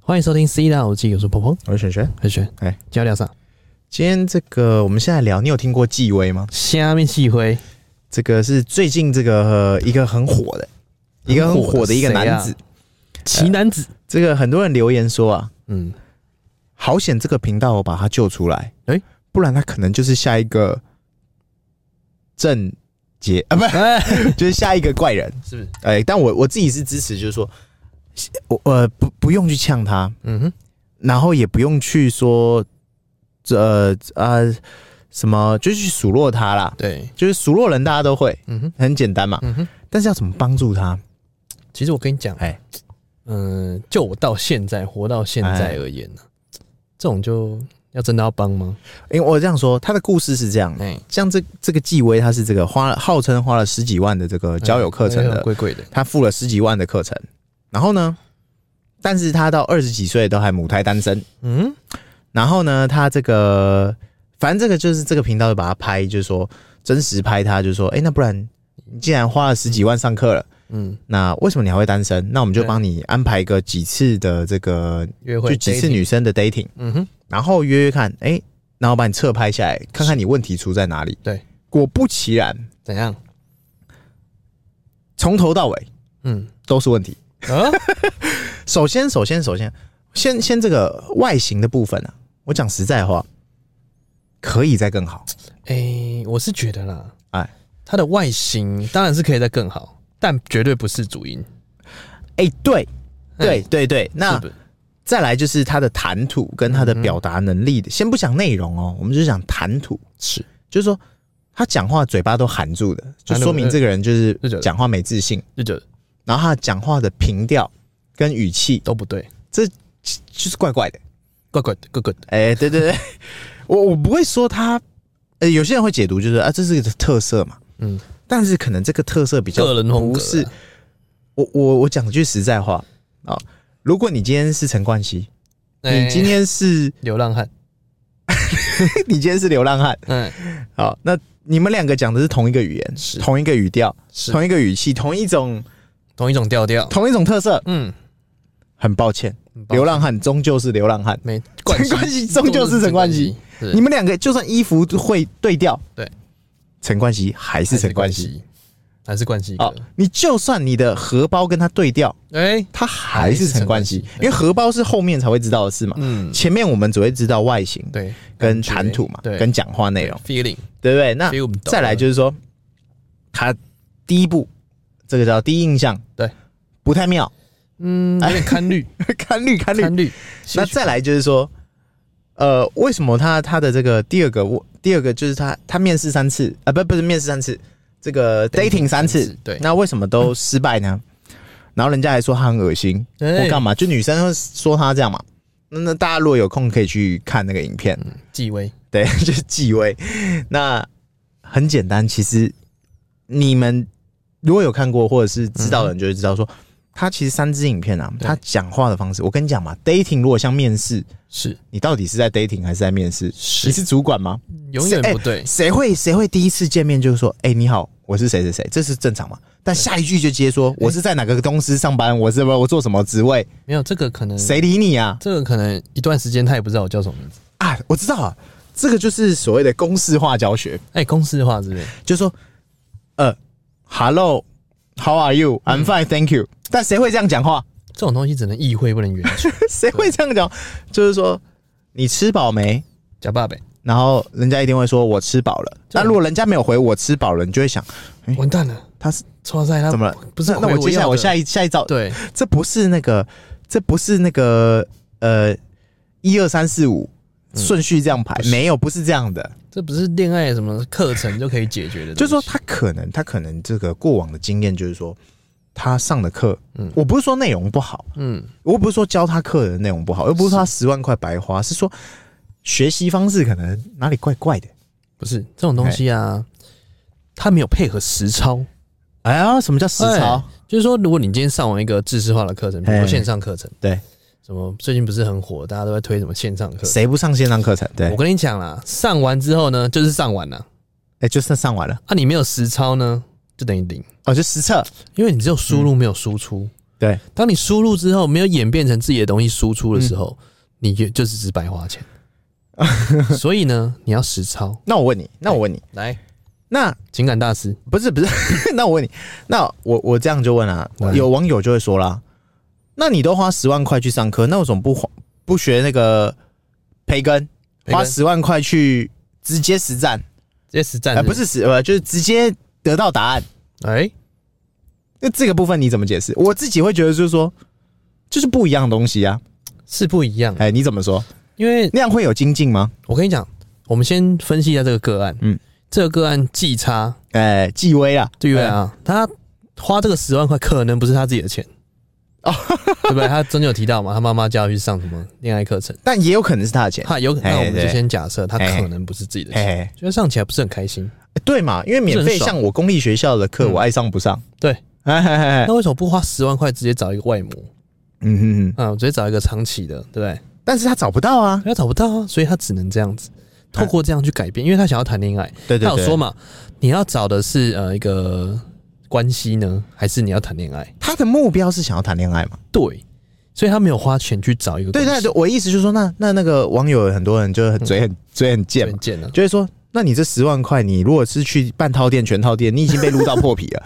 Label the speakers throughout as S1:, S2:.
S1: 欢迎收听《C 大游记》，我是鹏鹏，
S2: 我是璇璇。
S1: 很轩，
S2: 哎
S1: 今天要聊啥？
S2: 今天这个我们现在聊，你有听过纪威吗？
S1: 下面气灰，
S2: 这个是最近这个、呃一个很火的，一个很火的一个男子。呃
S1: 奇男子，
S2: 这个很多人留言说啊，
S1: 嗯，
S2: 好险这个频道我把他救出来，
S1: 哎
S2: 不然他可能就是下一个郑杰 啊，不是，
S1: 哎，
S2: 就是下一个怪人。
S1: 是不是？
S2: 哎、但我我自己是支持，就是说，我呃不不用去呛他，
S1: 嗯哼，
S2: 然后也不用去说，呃呃什么，就是去数落他啦。
S1: 对，
S2: 就是数落人大家都会，
S1: 嗯哼，
S2: 很简单嘛。
S1: 嗯哼。
S2: 但是要怎么帮助他？
S1: 其实我跟你讲，
S2: 哎，
S1: 嗯，就我到现在活到现在
S2: 哎
S1: 而言呢，这种就要真的要帮吗？
S2: 因为我这样说，他的故事是这样，
S1: 哎，
S2: 像这这个纪威，他是这个花了号称花了十几万的这个交友课程
S1: 哎
S2: 的，
S1: 贵贵的，
S2: 他付了十几万的课程，然后呢，但是他到二十几岁都还母胎单身，
S1: 嗯，
S2: 然后呢，他这个反正这个就是这个频道就把他拍，就是说真实拍他，就是说，哎、那不然你既然花了十几万上课了。
S1: 嗯，
S2: 那为什么你还会单身？那我们就
S1: 对
S2: 帮你安排个几次的这个，
S1: 约
S2: 就
S1: 会
S2: 几次
S1: dating，
S2: 女生的 dating，
S1: 嗯哼，
S2: 然后约约看，哎、然后把你侧拍下来，看看你问题出在哪里。
S1: 对，
S2: 果不其然，
S1: 怎样？
S2: 从头到尾
S1: 嗯，
S2: 都是问题。
S1: 啊，
S2: 首先，首先，首先，先先这个外形的部分啊，我讲实在话，可以再更好。
S1: 哎，我是觉得啦，
S2: 哎
S1: 它的外形当然是可以再更好，但绝对不是主因，
S2: 哎、对，对
S1: 嗯，
S2: 对，对。那
S1: 是不是
S2: 再来就是他的谈吐跟他的表达能力的，先不讲内容哦，我们就讲谈吐，
S1: 是
S2: 就是说他讲话嘴巴都含住的，就
S1: 含住
S2: 说明这个人就是
S1: 是的
S2: 讲话没自信。
S1: 就觉得
S2: 然后他讲话的频调跟语气
S1: 都不对，
S2: 就是怪怪的。
S1: 怪怪的，怪怪的，
S2: 哎、对对对， 我我不会说他，呃，有些人会解读就是啊，这是个特色嘛，
S1: 嗯，
S2: 但是可能这个特色比较
S1: 个人风
S2: 不
S1: 格啊
S2: 是。我我我讲句实在话啊、如果你今天是陈冠希，
S1: 哎
S2: 你今天是
S1: 流浪汉，
S2: 你今天是流浪汉，
S1: 嗯，
S2: 好、那你们两个讲的是同一个语言，
S1: 是
S2: 同一个语调，
S1: 是
S2: 同一个语气，同一种
S1: 同一种调调，
S2: 同一种特色。
S1: 嗯，
S2: 很抱歉，
S1: 很棒
S2: 流浪汉终究是流浪汉，
S1: 没冠
S2: 陈
S1: 希，
S2: 冠希终究是陈冠希。，
S1: 是
S2: 你们两个就算衣服会对调，
S1: 对，
S2: 陈冠希还是陈冠希。，
S1: 还是冠希
S2: 哦
S1: 哥，，
S2: 你就算你的荷包跟他对调，
S1: 哎，
S2: 他还是陈冠希
S1: 还是陈冠希，
S2: 因为荷包是后面才会知道的事嘛。
S1: 嗯，
S2: 前面我们只会知道外形
S1: 对，
S2: 跟
S1: 感觉
S2: 谈吐嘛，
S1: 对，
S2: 跟讲话内容，
S1: feeling，
S2: 对不对？那
S1: feel 不到
S2: 再来就是说，他第一步，这个叫第一印象，
S1: 对，
S2: 不太妙，
S1: 嗯，有点看绿，
S2: 看绿看绿
S1: 看绿，
S2: 哎
S1: 兴
S2: 那
S1: 趣
S2: 再来就是说，呃，为什么他他的这个第二个我第二个就是他他面试三次啊、不不是面试三次，这个
S1: Dating
S2: dating 三
S1: 三
S2: 次
S1: 次，对
S2: 那为什么都失 败呢？然后人家还说他很恶心，
S1: 哎
S2: 或干嘛？就女生会说他这样嘛。那那大家如果有空可以去看那个影片，
S1: 纪薇，
S2: 对， 就是继位。那很简单，其实你们如果有看过或者是知道的人，就会知道说，他其实三支影片啊，
S1: 嗯对
S2: 他讲话的方式，我跟你讲嘛，dating 如果像面试，
S1: 是
S2: 你到底是在 dating 还是在面试？
S1: 是
S2: 你是主管吗？
S1: 永远
S2: 谁哎
S1: 不对，
S2: 谁会谁会第一次见面就说，哎、你好，我是谁谁谁，这是正常嘛？但下一句就直接
S1: 哎
S2: 说，我是在哪个公司上班，我是不我做什么职位，
S1: 没有这个可能，
S2: 谁理你啊？
S1: 这个可能一段时间他也不知道我叫什么名字，
S2: 啊，我知道啊，这个就是所谓的公式化教学，
S1: 哎，公司化之类，
S2: 就是说，呃，Hello，How are you？I'm
S1: 嗯
S2: fine，Thank you、但谁会这样讲话？
S1: 这种东西只能意会不能 言传，
S2: 谁会这样讲？就是说，你吃饱没？
S1: 假爸呗，
S2: 然后人家一定会说我吃饱了。
S1: 这
S2: 那如果人家没有回我吃饱了，你就会想
S1: 完蛋了，
S2: 他是
S1: 错在他
S2: 哎怎么了？
S1: 不是
S2: 那那
S1: 回
S2: 我接下来
S1: 要
S2: 我
S1: 的
S2: 下一下一招，
S1: 对
S2: 这不是那个，这不是那个呃，一二三四五顺序这样排，没嗯有，不是这样的。
S1: 这不是恋爱什么课程 就可以解决的东西，
S2: 就是说，他可能他可能这个过往的经验就是说，他上的课，
S1: 嗯
S2: 我不是说内容不好，
S1: 嗯，
S2: 我又不是说教他课的内容不好，又不是说他十万块白花，是说学习方式可能哪里怪怪的。
S1: 不是这种东西啊，他没有配合实操。
S2: 哎呀，什么叫实操
S1: 哎？就是说，如果你今天上完一个知识化的课程，比如说线上课程，
S2: 对，
S1: 什么最近不是很火，大家都在推什么线上课。
S2: 谁不上线上课程？对
S1: 我，跟你讲啦，上完之后呢，就是上完了，
S2: 哎，就算上完了，
S1: 啊，你没有实操呢，就等于零，
S2: 哦，就实测，
S1: 因为你只有输入没有输出，
S2: 对，
S1: 当你输入之后没有演变成自己的东西输出的时候，你就就是只白花钱。 所以呢，你要实操。
S2: 那我问你，那我问你，
S1: 来，
S2: 那
S1: 情感大师，
S2: 不是不是， 那我问你，那我我这样就问啊，
S1: 嗯
S2: 有网友就会说啦，那你都花十万块去上课，那为什么不花不学那个培根，
S1: 培根
S2: 花十万块去直接实战？
S1: 这实战
S2: 哎、不，是实呃，就是直接得到答案。
S1: 哎，
S2: 那这个部分你怎么解释？我自己会觉得就是说，就是不一样的东西啊。
S1: 是不一样，
S2: 哎、你怎么说？
S1: 因为
S2: 那样会有精进吗？
S1: 我跟你讲，我们先分析一下这个个案。
S2: 嗯
S1: 嗯，这个个案既差
S2: 哎、纪威啊，
S1: 对不对啊？他花这个十万块，可能不是他自己的钱
S2: 哦
S1: 哦， 对不对？他中间有提到嘛，他妈妈叫他去上什么恋爱课程，
S2: 但也有可能是他的钱。
S1: 他有可
S2: 哎
S1: 那我们就
S2: 对
S1: 先假设他
S2: 哎
S1: 可能不是自己的
S2: 哎、
S1: 钱，觉得上起来不是很开心。
S2: 对嘛，因为免
S1: 不是
S2: 费
S1: 很爽
S2: 像我公立学校的课，
S1: 嗯
S2: 我爱上不上。
S1: 对
S2: 哎，哎哎哎
S1: 那为什么不花十万块直接找一个外模？
S2: 嗯哼哼。
S1: 啊，我直接找一个长期的，对不对？
S2: 但是他找不到啊。
S1: 他找不到啊，所以他只能这样子，透过这样去改变，因为他想要谈恋爱。
S2: 对
S1: 他
S2: 对
S1: 有
S2: 对，
S1: 说嘛，你要找的是呃一个关系呢，还是你要谈恋爱？
S2: 他的目标是想要谈恋爱嘛？
S1: 对，所以他没有花钱去找一个
S2: 对
S1: 关
S2: 对
S1: 系
S2: 对，我意思就是说，那那那个网友很多人就很嘴很、嘴很
S1: 就
S2: 贱
S1: 很
S2: 嘛，
S1: 贱了。
S2: 就会说，那你这十万块，你如果是去半套店、全套店，你已经被撸到破皮 了。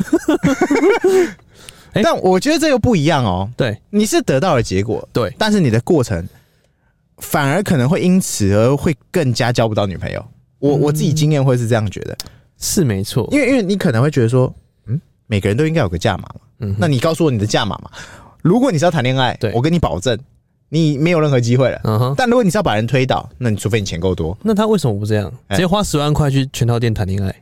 S1: 哎
S2: 但我觉得这又不一样哦，
S1: 对
S2: 你是得到了结果，
S1: 对，
S2: 但是你的过程反而可能会因此而会更加交不到女朋友。我我自己经验会是这样觉得，
S1: 是没错。
S2: 因为因为你可能会觉得说，嗯，每个人都应该有个价码嘛，
S1: 嗯哼，
S2: 那你告诉我你的价码嘛。如果你是要谈恋爱
S1: 对，
S2: 我跟你保证，你没有任何机会了。
S1: 嗯哼，
S2: 但如果你是要把人推倒，那你除非你钱够多。
S1: 那他为什么不这样？
S2: 哎
S1: 直接花十万块去全套店谈恋爱？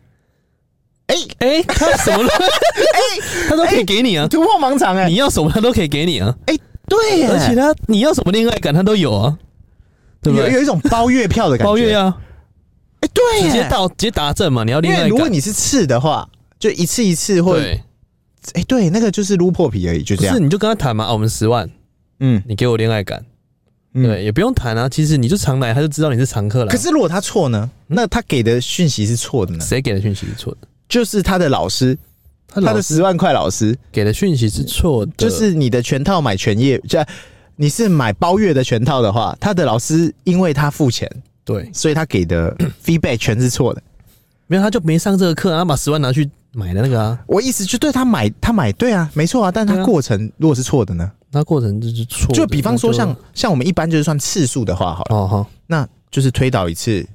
S2: 哎、
S1: 哎，他什 么？哎， 他都可以给你啊，
S2: 突破盲肠哎、哎
S1: 你要什么他都可以给你啊，
S2: 对耶，
S1: 而且他你要什么恋爱感他都有啊，对不
S2: 有
S1: 对？
S2: 有一种包月票的感觉。
S1: 包月，啊，
S2: 哎、对耶，
S1: 直接到直接打正嘛，你要
S2: 因
S1: 恋
S2: 为
S1: 爱
S2: 如果
S1: 感。
S2: 你是次的话，就一次一次或哎、
S1: 对，
S2: 对，那个就是撸破皮而已，就
S1: 不
S2: 这样
S1: 是。你就跟他谈嘛，啊，我们十万，
S2: 嗯，
S1: 你给我恋爱感，
S2: 嗯
S1: 对，也不用谈啊，其实你就常来，他就知道你是常客了。
S2: 可是如果他错呢？
S1: 嗯
S2: 那他给的讯息是错的呢？
S1: 谁给的讯息是错的？
S2: 就是他的老师，
S1: 他
S2: 他
S1: 老
S2: 的
S1: 师
S2: 十万块老师，
S1: 给的讯息是错的，
S2: 就是你的全套买全业，这你是买包月的全套的话，他的老师因为他付钱，
S1: 对，
S2: 所以他 给的 feedback 全是错的。
S1: 没有他就没上这个课，啊然后把十万拿去买的那个啊，
S2: 我意思就对他买，他买对啊，没错啊，但
S1: 对
S2: 他
S1: 啊
S2: 过程如果是错的呢？
S1: 那过程就是错的。
S2: 就比方说像
S1: 那哦就
S2: 像我们一般就是算次数的话好了，
S1: 哦哈，
S2: 那就是推倒一次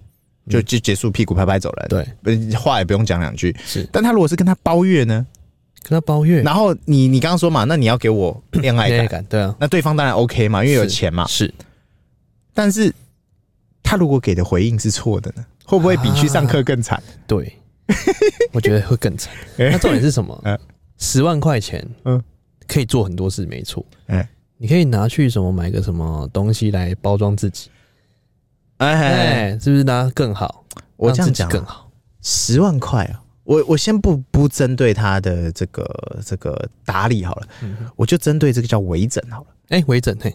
S2: 就就结束，屁股拍拍走人，
S1: 嗯对，
S2: 呃，话也不用讲两句。
S1: 是
S2: 但他如果是跟他包月呢？
S1: 跟他包月
S2: 然后你你刚刚说嘛，那你要给我恋爱
S1: 恋爱
S2: 感，
S1: 感，对啊，
S2: 那对方当然 OK 嘛，因为有钱嘛。
S1: 是
S2: 但是他如果给的回应是错的呢？会不会比去上课更惨？
S1: 对，我觉得会更惨。
S2: 哎
S1: 那重点是什么
S2: 嗯？
S1: 十万块钱，
S2: 嗯
S1: 嗯，可以做很多事，没错。
S2: 哎
S1: 你可以拿去什么买个什么东西来包装自己，
S2: 哎，
S1: 哎，是不是拿更好？
S2: 我这
S1: 让
S2: 样
S1: 自己
S2: 讲啊
S1: 更好，
S2: 十万块啊！我我先不不针对他的这个这个打理好了，
S1: 嗯
S2: 我就针对这个叫微整好了。
S1: 哎，微整嘿，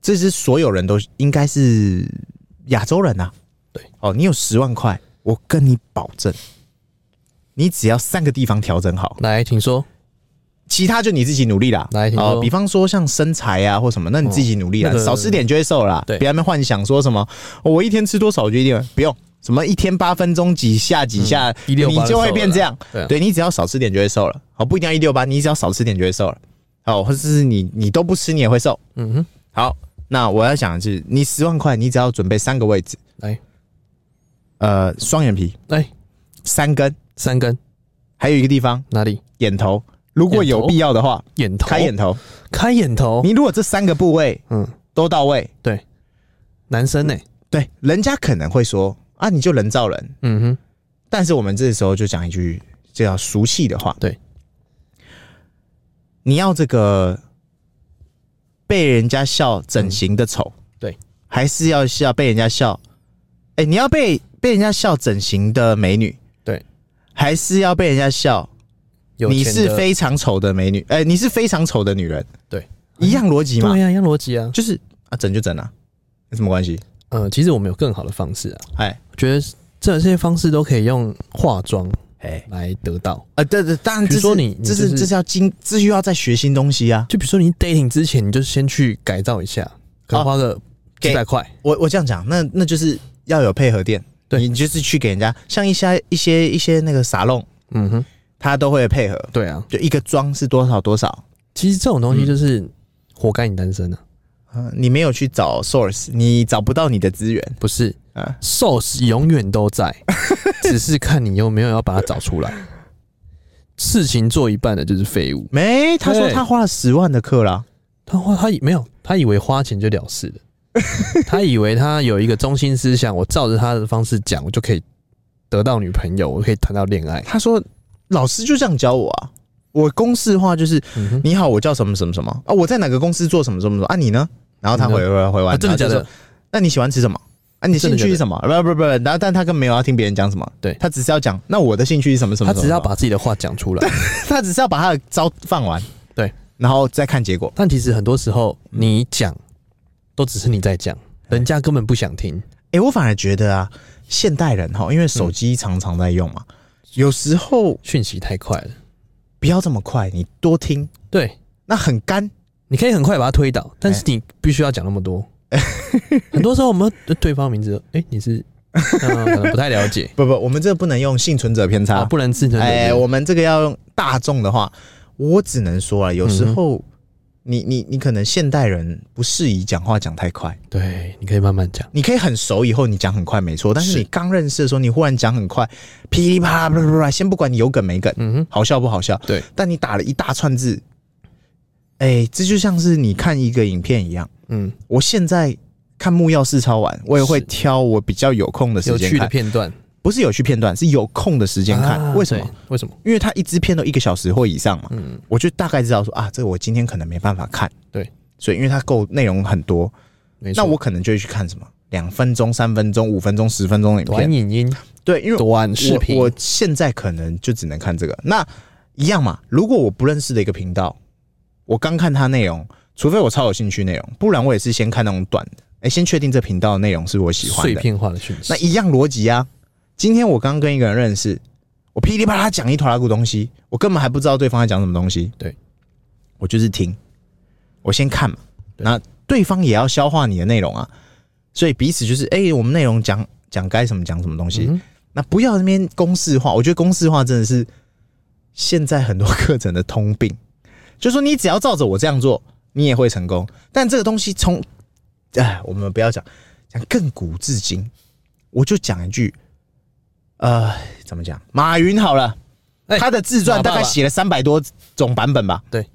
S2: 这是所有人都应该是亚洲人啊。
S1: 对，
S2: 哦，你有十万块，我跟你保证，你只要三个地方调整好，
S1: 来，请说。
S2: 其他就你自己努力啦。
S1: 来请说
S2: 哦，比方说像身材啊或什么，那你自己努力啦，
S1: 哦那个
S2: 少吃点就会瘦啦。
S1: 对
S2: 别那么幻想说什么、哦我一天吃多少我就一定不用。什么一天八分钟几下几下，
S1: 嗯168
S2: 你就会变这样。
S1: 对啊
S2: 对你只要少吃点就会瘦了。好，不一定要一六八，你只要少吃点就会瘦了。哦，或者是你你都不吃你也会瘦。
S1: 嗯哼，
S2: 好，那我要讲的是，你十万块，你只要准备三个位置，
S1: 来
S2: 呃，双眼皮、
S1: 来，
S2: 三根，
S1: 哎三根
S2: 还有一个地方
S1: 哪里？
S2: 眼头，如果
S1: 眼
S2: 有
S1: 头
S2: 必要的话，
S1: 眼头，
S2: 开眼头。
S1: 开眼头，
S2: 你如果这三个部位
S1: 嗯，
S2: 都到位，
S1: 对，男生呢、
S2: 对，人家可能会说啊，你就人造人。
S1: 嗯哼，
S2: 但是我们这时候就讲一句这叫俗气的话，
S1: 对，
S2: 你要这个被人家笑整形的丑，
S1: 嗯对，
S2: 还是要笑被人家笑？哎、你要被被人家笑整形的美女，
S1: 对，
S2: 还是要被人家笑
S1: 有
S2: 你
S1: 钱
S2: 是
S1: 的
S2: 非常丑的美女？哎、你是非常丑的女人，
S1: 对，
S2: 一样逻辑嘛，
S1: 对呀、一样逻辑啊。呃
S2: 就是啊，整就整啊，有什么关系？
S1: 嗯、其实我们有更好的方式啊，
S2: 哎，
S1: 我觉得这这些方式都可以用化妆
S2: 哎，
S1: 来得到。
S2: 呃，对对，当然
S1: 比
S2: 这
S1: 如说
S2: 是
S1: 你你就
S2: 这
S1: 是是
S2: 这是要经，这需要在学新东西啊。
S1: 就比如说你 dating 之前，你就先去改造一下，可
S2: 哦
S1: 能花个几百块，
S2: 我我这样讲，那那就是要有配合店，
S1: 对
S2: 你就是去给人家，像一些一些一些那个沙龙，
S1: 嗯哼，
S2: 他都会配合，
S1: 对啊。
S2: 就一个妆是多少多少。
S1: 其实这种东西就是活该你单身啊，
S2: 嗯，你没有去找 source，你找不到你的资源。
S1: 不是
S2: 啊
S1: ？source 永远都 在，只是看你有没有要把它找出来。事情做一半的就是废物，
S2: 没，他说
S1: 对
S2: 他花了十万的课啦，
S1: 他花他以没有，他以为花钱就了事了， 他以为他有一个中心思想，我照着他的方式讲，我就可以得到女朋友，我可以谈到恋爱。
S2: 他说老师就这样教我啊，我公式化就是
S1: 嗯哼，
S2: 你好，我叫什么什么什么啊，我在哪个公司做什么什么什么啊，你呢？然后他
S1: 你呢
S2: 回回回
S1: 啊，
S2: 完，
S1: 真的假
S2: 然后就
S1: 的
S2: 说？？那你喜欢吃什么？啊，你
S1: 真的假
S2: 兴
S1: 的
S2: 趣是什么？不不不，然后但他根本没有要听别人讲什么，
S1: 对
S2: 他只是要讲，那我的兴趣是什么什么
S1: 他
S2: 什么
S1: 只是
S2: 什么
S1: 要把自己的话讲出来。
S2: 他只是要把他的招放完，
S1: 对，
S2: 然后再看结果。
S1: 但其实很多时候你讲，都只是你在讲，人家根本不想听。
S2: 诶，我反而觉得啊，现代人哈，因为手机常常在用
S1: 嗯
S2: 嘛，有时候
S1: 讯息太快了，
S2: 不要这么快，你多听，
S1: 对，
S2: 那很干。
S1: 你可以很快把它推倒，但
S2: 哎
S1: 是你必须要讲那么多。很多时候我们对对方名字，哎、你是、呃可能不太了 解
S2: 不不，我们这不能用幸存者偏
S1: 啊，
S2: 差，
S1: 不能自存。
S2: 哎、我们这个要用大众的话，我只能说啊，有时候。
S1: 嗯
S2: 你你你可能现代人不适宜讲话讲太快，
S1: 对，你可以慢慢讲。
S2: 你可以很熟以后你讲很快没错，但是
S1: 是
S2: 你刚认识的时候你忽然讲很快，噼里啪啦啪啦啪啦，先不管你有梗没梗，
S1: 嗯哼，
S2: 好笑不好笑？
S1: 对，
S2: 但你打了一大串字，哎、这就像是你看一个影片一样。
S1: 嗯，
S2: 我现在看木曜四超完，我也会
S1: 是
S2: 挑我比较有空的时
S1: 有
S2: 间
S1: 趣的
S2: 看，
S1: 片段，
S2: 不是有趣片段，是有空的时间看。
S1: 啊
S2: 为什么
S1: 对？为什么？
S2: 因为它一支片都一个小时或以上嘛，
S1: 嗯，
S2: 我就大概知道说啊，这个我今天可能没办法看。
S1: 对，
S2: 所以因为它够内容很多，
S1: 没错。
S2: 那我可能就会去看什么两分钟、三分钟、五分钟、十分钟的影
S1: 短
S2: 片。
S1: 影音、
S2: 对，因为
S1: 短视频，
S2: 我我现在可能就只能看这个。那一样嘛，如果我不认识的一个频道，我刚看它内容，除非我超有兴趣内容，不然我也是先看那种短的，哎、先确定这频道的内容是我喜欢
S1: 碎
S2: 的。
S1: 片化的讯息
S2: 那。一样逻辑啊。今天我刚跟一个人认识，我噼里啪啦讲一坨拉古东西，我根本还不知道对方在讲什么东西。
S1: 对，
S2: 我就是听，我先看嘛。
S1: 对
S2: 那对方也要消化你的内容啊，所以彼此就是，哎、我们内容讲讲该什么讲什么东西。
S1: 嗯哼
S2: 那不要那边公式化，我觉得公式化真的是现在很多课程的通病， 就是说你只要照着我这样做，你也会成功。但这个东西从，哎，我们不要讲讲亘古至今，我就讲一句，呃，怎么讲？马云好了，
S1: 哎
S2: 他的自传
S1: 马爸
S2: 大
S1: 爸
S2: 概写了三百多种版本吧？
S1: 对，嗯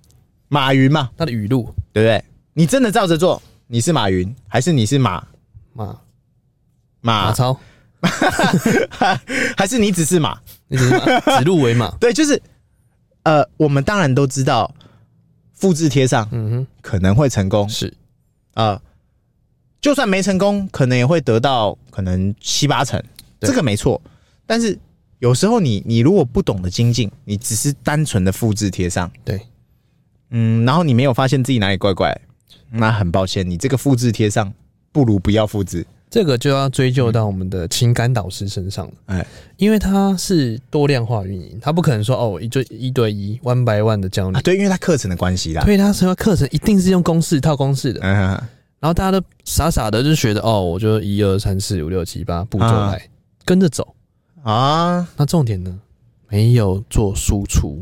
S2: 马云嘛，
S1: 他的语录
S2: 对不对？你真的照着做，你是马云，还是你是马
S1: 马马
S2: 马，
S1: 超，
S2: 还是你只是马？
S1: 你只是马指鹿为马。
S2: 对，就是呃，我们当然都知道，复制贴上
S1: 嗯
S2: 可能会成功
S1: 哼，是
S2: 啊、呃就算没成功，可能也会得到可能七八成，
S1: 对
S2: 这个没错。但是有时候你你如果不懂得精进，你只是单纯的复制贴上，
S1: 对，
S2: 嗯，然后你没有发现自己哪里怪怪，那很抱歉，你这个复制贴上不如不要复制。
S1: 这个就要追究到我们的情感导师身上了，
S2: 哎，
S1: 因为他是多量化运营，他不可能说哦，我一对一对一 one by one 的教你
S2: 啊，，对，因为它课程的关系啦，
S1: 所以他什么课程一定是用公式套公式的，
S2: 嗯，
S1: 然后大家都傻傻的就学着哦，我就一二三四五六七八步骤
S2: 啊
S1: 来跟着走。
S2: 啊，
S1: 那重点呢，没有做输出，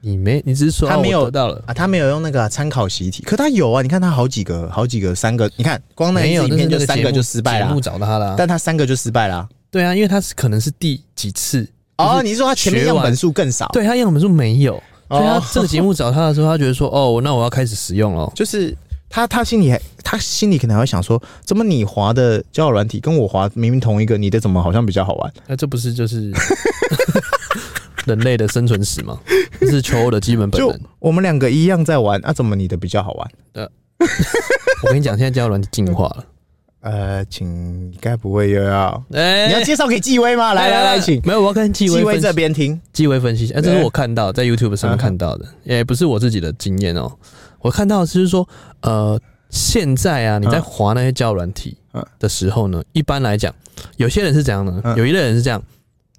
S1: 你没，你只是说
S2: 他
S1: 哦
S2: 没
S1: 我
S2: 有
S1: 得到了，
S2: 啊，他没有用那个啊参、考习题，可他有啊！你看他好几个，好几个，三个，你看光那
S1: 没
S2: 一
S1: 有，
S2: 支影
S1: 但是那个
S2: 片就三
S1: 节
S2: 个
S1: 目
S2: 就失败了
S1: 节
S2: 啊
S1: 目，找到他了啊，
S2: 但他三个就失败了啊。
S1: 对啊，因为他是可能是第几次，
S2: 哦，你说他前面
S1: 学
S2: 样
S1: 完
S2: 本数更少，
S1: 对他样本数没有，所以他
S2: 哦
S1: 这个节目找他的时候，他觉得说哦，那我要开始使用了。
S2: 就是他他心里还他心里可能还会想说，怎么你滑的交友软体跟我滑明明同一个，你的怎么好像比较好玩？
S1: 那这不是就是 人类的生存史吗？这是求偶的基本本
S2: 就
S1: 能。
S2: 我们两个一样在玩，啊，怎么你的比较好玩？
S1: 我跟你讲，现在交友软件进化了。
S2: 呃，请该不会又要
S1: 哎
S2: 你要介绍给纪威吗？来来来，请
S1: 没有，我要跟纪
S2: 纪
S1: 威
S2: 威
S1: 分
S2: 这
S1: 析，
S2: 边听
S1: 纪威分析一下。哎，这
S2: 对嗯
S1: 是我看到在 YouTube 上面看到的，也不是我自己的经验哦。我看到的是说，呃，现在啊，你在
S2: 嗯
S1: 滑那些交友软体
S2: 嗯
S1: 的时候呢，一般来讲，有些人是怎样呢？
S2: 嗯
S1: 有一类人是这样，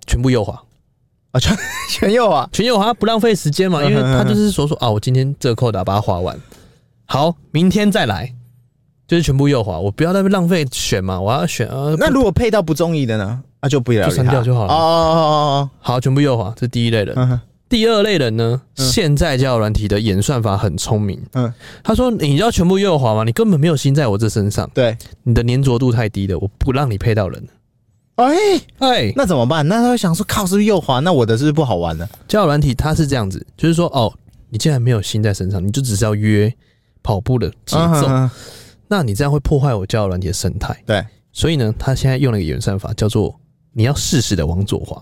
S1: 全部右滑，
S2: 啊，全全有啊，
S1: 群友他不浪费时间
S2: 嗯
S1: 嘛，因为他就是说说啊，我今天这个扣打把它划完，好，明天再来，就是全部右滑，我不要再浪费选嘛，我要选啊，
S2: 那如果配到不中意的呢？啊，就不要
S1: 就删掉就好了
S2: 哦哦
S1: 好，全部右滑，这是第一类人
S2: 哦哦，。嗯哼
S1: 第二类人呢，现在交友软体的演算法很聪明，
S2: 嗯，
S1: 他说你要全部右滑嘛，你根本没有心在我这身上，
S2: 对。
S1: 你的粘着度太低了，我不让你配到人。
S2: 哎，
S1: 哎，
S2: 那怎么办？那他会想说，靠，是不是右滑？那我的是不是不好玩了？
S1: 交友软体它是这样子，就是说哦，你既然没有心在身上，你就只是要约跑步的节
S2: 嗯
S1: 奏，
S2: 哼哼
S1: 那你这样会破坏我交友软体的生态。
S2: 对，
S1: 所以呢，他现在用了一个演算法，叫做你要适时的往左滑，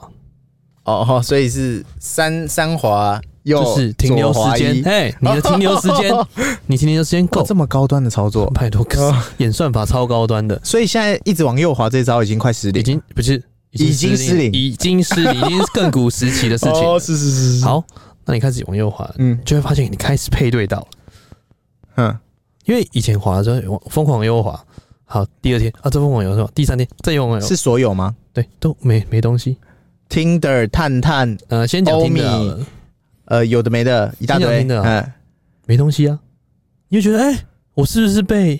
S2: 哦哦，所以是三三滑右，
S1: 就是停留时间。
S2: 左滑一
S1: 哎，你的停留时间，
S2: 哦
S1: 你停留时间够
S2: 这，么高端的操 作，
S1: 拜托
S2: 哦，
S1: 演算法超高端 的，
S2: 所以现在一直往右滑这招已经快失
S1: 已
S2: 灵，
S1: 经不是
S2: 已经失灵
S1: 已经失 灵，已经是亘古时期的事情
S2: 哦，
S1: 了。
S2: 是是是是，，
S1: 好，那你开始往右滑，
S2: 嗯
S1: 就会发现你开始配对到了，
S2: 嗯，
S1: 因为以前滑的时候我疯狂右滑，好，第二天啊，这疯狂右滑，第三天再右滑，
S2: 是所有吗
S1: 对，都没没东西。
S2: ？Tinder、探探，
S1: 呃，先讲
S2: 欧
S1: 听的好
S2: 米
S1: 了。
S2: 呃，有的没的，一大堆，
S1: 听着听着
S2: 嗯，
S1: 没东西啊，你就觉得哎、我是不是被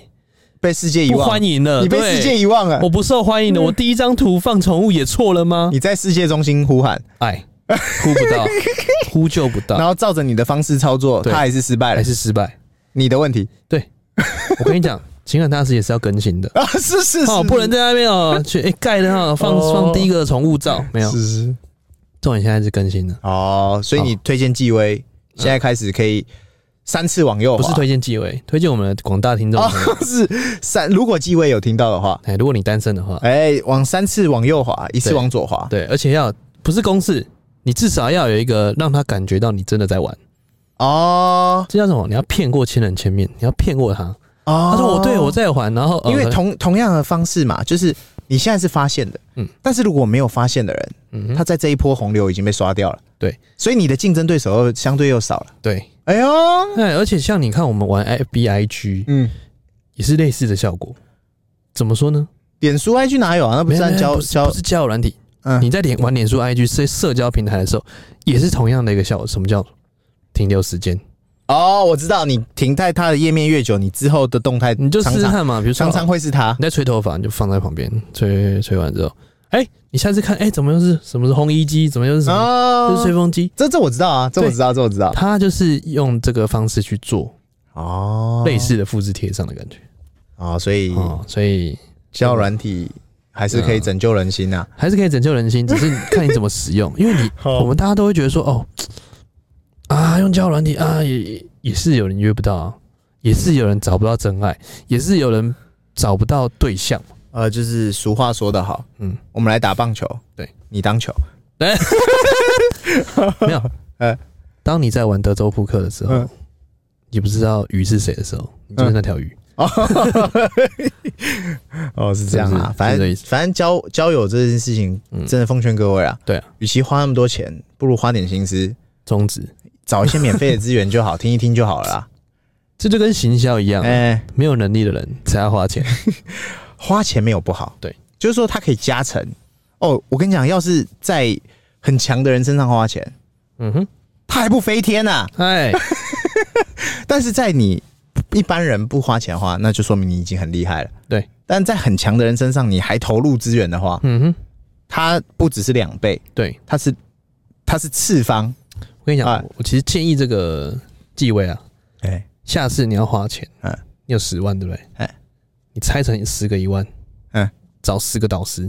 S2: 被世界遗
S1: 不
S2: 忘，
S1: 欢迎了？
S2: 你被
S1: 对
S2: 世界遗忘了
S1: 我，不受欢迎了。我第一张图放宠物也错了吗？
S2: 嗯你在世界中心呼喊，
S1: 哎，呼不 到，呼救不
S2: 然
S1: 到，
S2: 后照着你的方式操作，
S1: 啊对
S2: 他还是失败了
S1: 还，是失败。
S2: 你的问题。
S1: 我跟你讲，情感大师也是要更新的
S2: 啊，是 是
S1: 哦，不能在那边哦，去哎盖的哈，放
S2: 哦
S1: 放第一个宠物照没有？
S2: 是是。
S1: 重点现在是更新了，
S2: 哦，所以你推荐纪薇，现在开始可以三次往右
S1: 嗯不
S2: 滑，
S1: 是推荐纪委，推荐我们的广大听众
S2: 哦
S1: 朋友。，
S2: 是三。如果纪薇有听到的话，
S1: 哎，如果你单身的话，
S2: 哎、往三次往右滑，一次
S1: 对
S2: 往左滑。
S1: 对，而且要不是公式，你至少要有一个让他感觉到你真的在玩。
S2: 哦
S1: 这叫什么？你要骗过千人千面，你要骗过他。
S2: 哦，
S1: 他说我啊对我，在还，然后
S2: 因为
S1: 呃
S2: 同同样的方式嘛，就是你现在是发现的，嗯
S1: 嗯，
S2: 但是如果没有发现的人，
S1: 嗯
S2: 他
S1: 哼
S2: 在这一波洪流已经被刷掉了，
S1: 对，
S2: 所以你的竞争对手又相对又少了。
S1: 对，
S2: 哎呦，
S1: 哎，而且像你看我们玩 F B I G
S2: 嗯，
S1: 也是类似的效果。怎么说呢？
S2: 脸书 IG 哪有啊？那不是按
S1: 没有
S2: 交
S1: 不是
S2: 交
S1: 不，是交友软体，
S2: 嗯，
S1: 你在脸玩脸书 I G 是社交平台的时候，也是同样的一个效果。什么叫停留时间？
S2: 哦，我知道，你停在他的页面越久，你之后的动态
S1: 你就试
S2: 常
S1: 试
S2: 常
S1: 看嘛，比如说
S2: 常常会是他
S1: 你在吹头发，你就放在旁边吹，吹完之后，哎，你下次看，哎，怎么又是什么是烘衣机，怎么又是什么又是
S2: 哦
S1: 吹，风机？
S2: 这这我知道啊，这我知道，这我知道
S1: 他就是用这个方式去做
S2: 哦，
S1: 类似的复制贴上的感觉
S2: 哦，所以
S1: 哦，所以
S2: 交友软体还是可以拯救人心啊呐。
S1: 还是可以拯救人心，只 是看你怎么使用。因为你
S2: 好
S1: 我们大家都会觉得说，哦，啊，用交友软体啊，也也是有人约不到、啊，也是有人找不到真爱，也是有人找不到对象。
S2: 呃，就是俗话说得好，嗯
S1: 嗯，
S2: 我们来打棒球，
S1: 对
S2: 你当球，
S1: 没有，
S2: 哎
S1: 当你在玩德州扑克的时候，
S2: 嗯
S1: 你不知道鱼是谁的时候，你就是那条鱼。
S2: 哦，是这样
S1: 是
S2: 啊
S1: 不，是
S2: 反
S1: 是这
S2: 正
S1: 意思
S2: 反正交交友这件事情
S1: 嗯
S2: 真的奉劝各位啊，
S1: 对啊，
S2: 与其花那么多钱，不如花点心思
S1: 宗旨，
S2: 找一些免费的资源就 好，听一听就好了啦。
S1: 这就跟行销一样，
S2: 哎，
S1: 没有能力的人才要 花钱。
S2: 花钱没有不好，
S1: 对，
S2: 就是说它可以加成。哦，我跟你讲，要是在很强的人身上花钱，
S1: 嗯哼，
S2: 他还不飞天呐、
S1: 哎，
S2: 但是在你一般人不花钱的话，那就说明你已经很厉害了。
S1: 对，
S2: 但在很强的人身上，你还投入资源的话，
S1: 嗯哼，
S2: 它不只是两倍，
S1: 对，
S2: 它是它是次方。
S1: 我跟你讲
S2: 哎，
S1: 我其实建议这个纪委啊，
S2: 哎、
S1: 下次你要花钱，
S2: 嗯
S1: 你有十万对不对？
S2: 哎
S1: 你拆成十个一万，
S2: 嗯
S1: 找十个导师，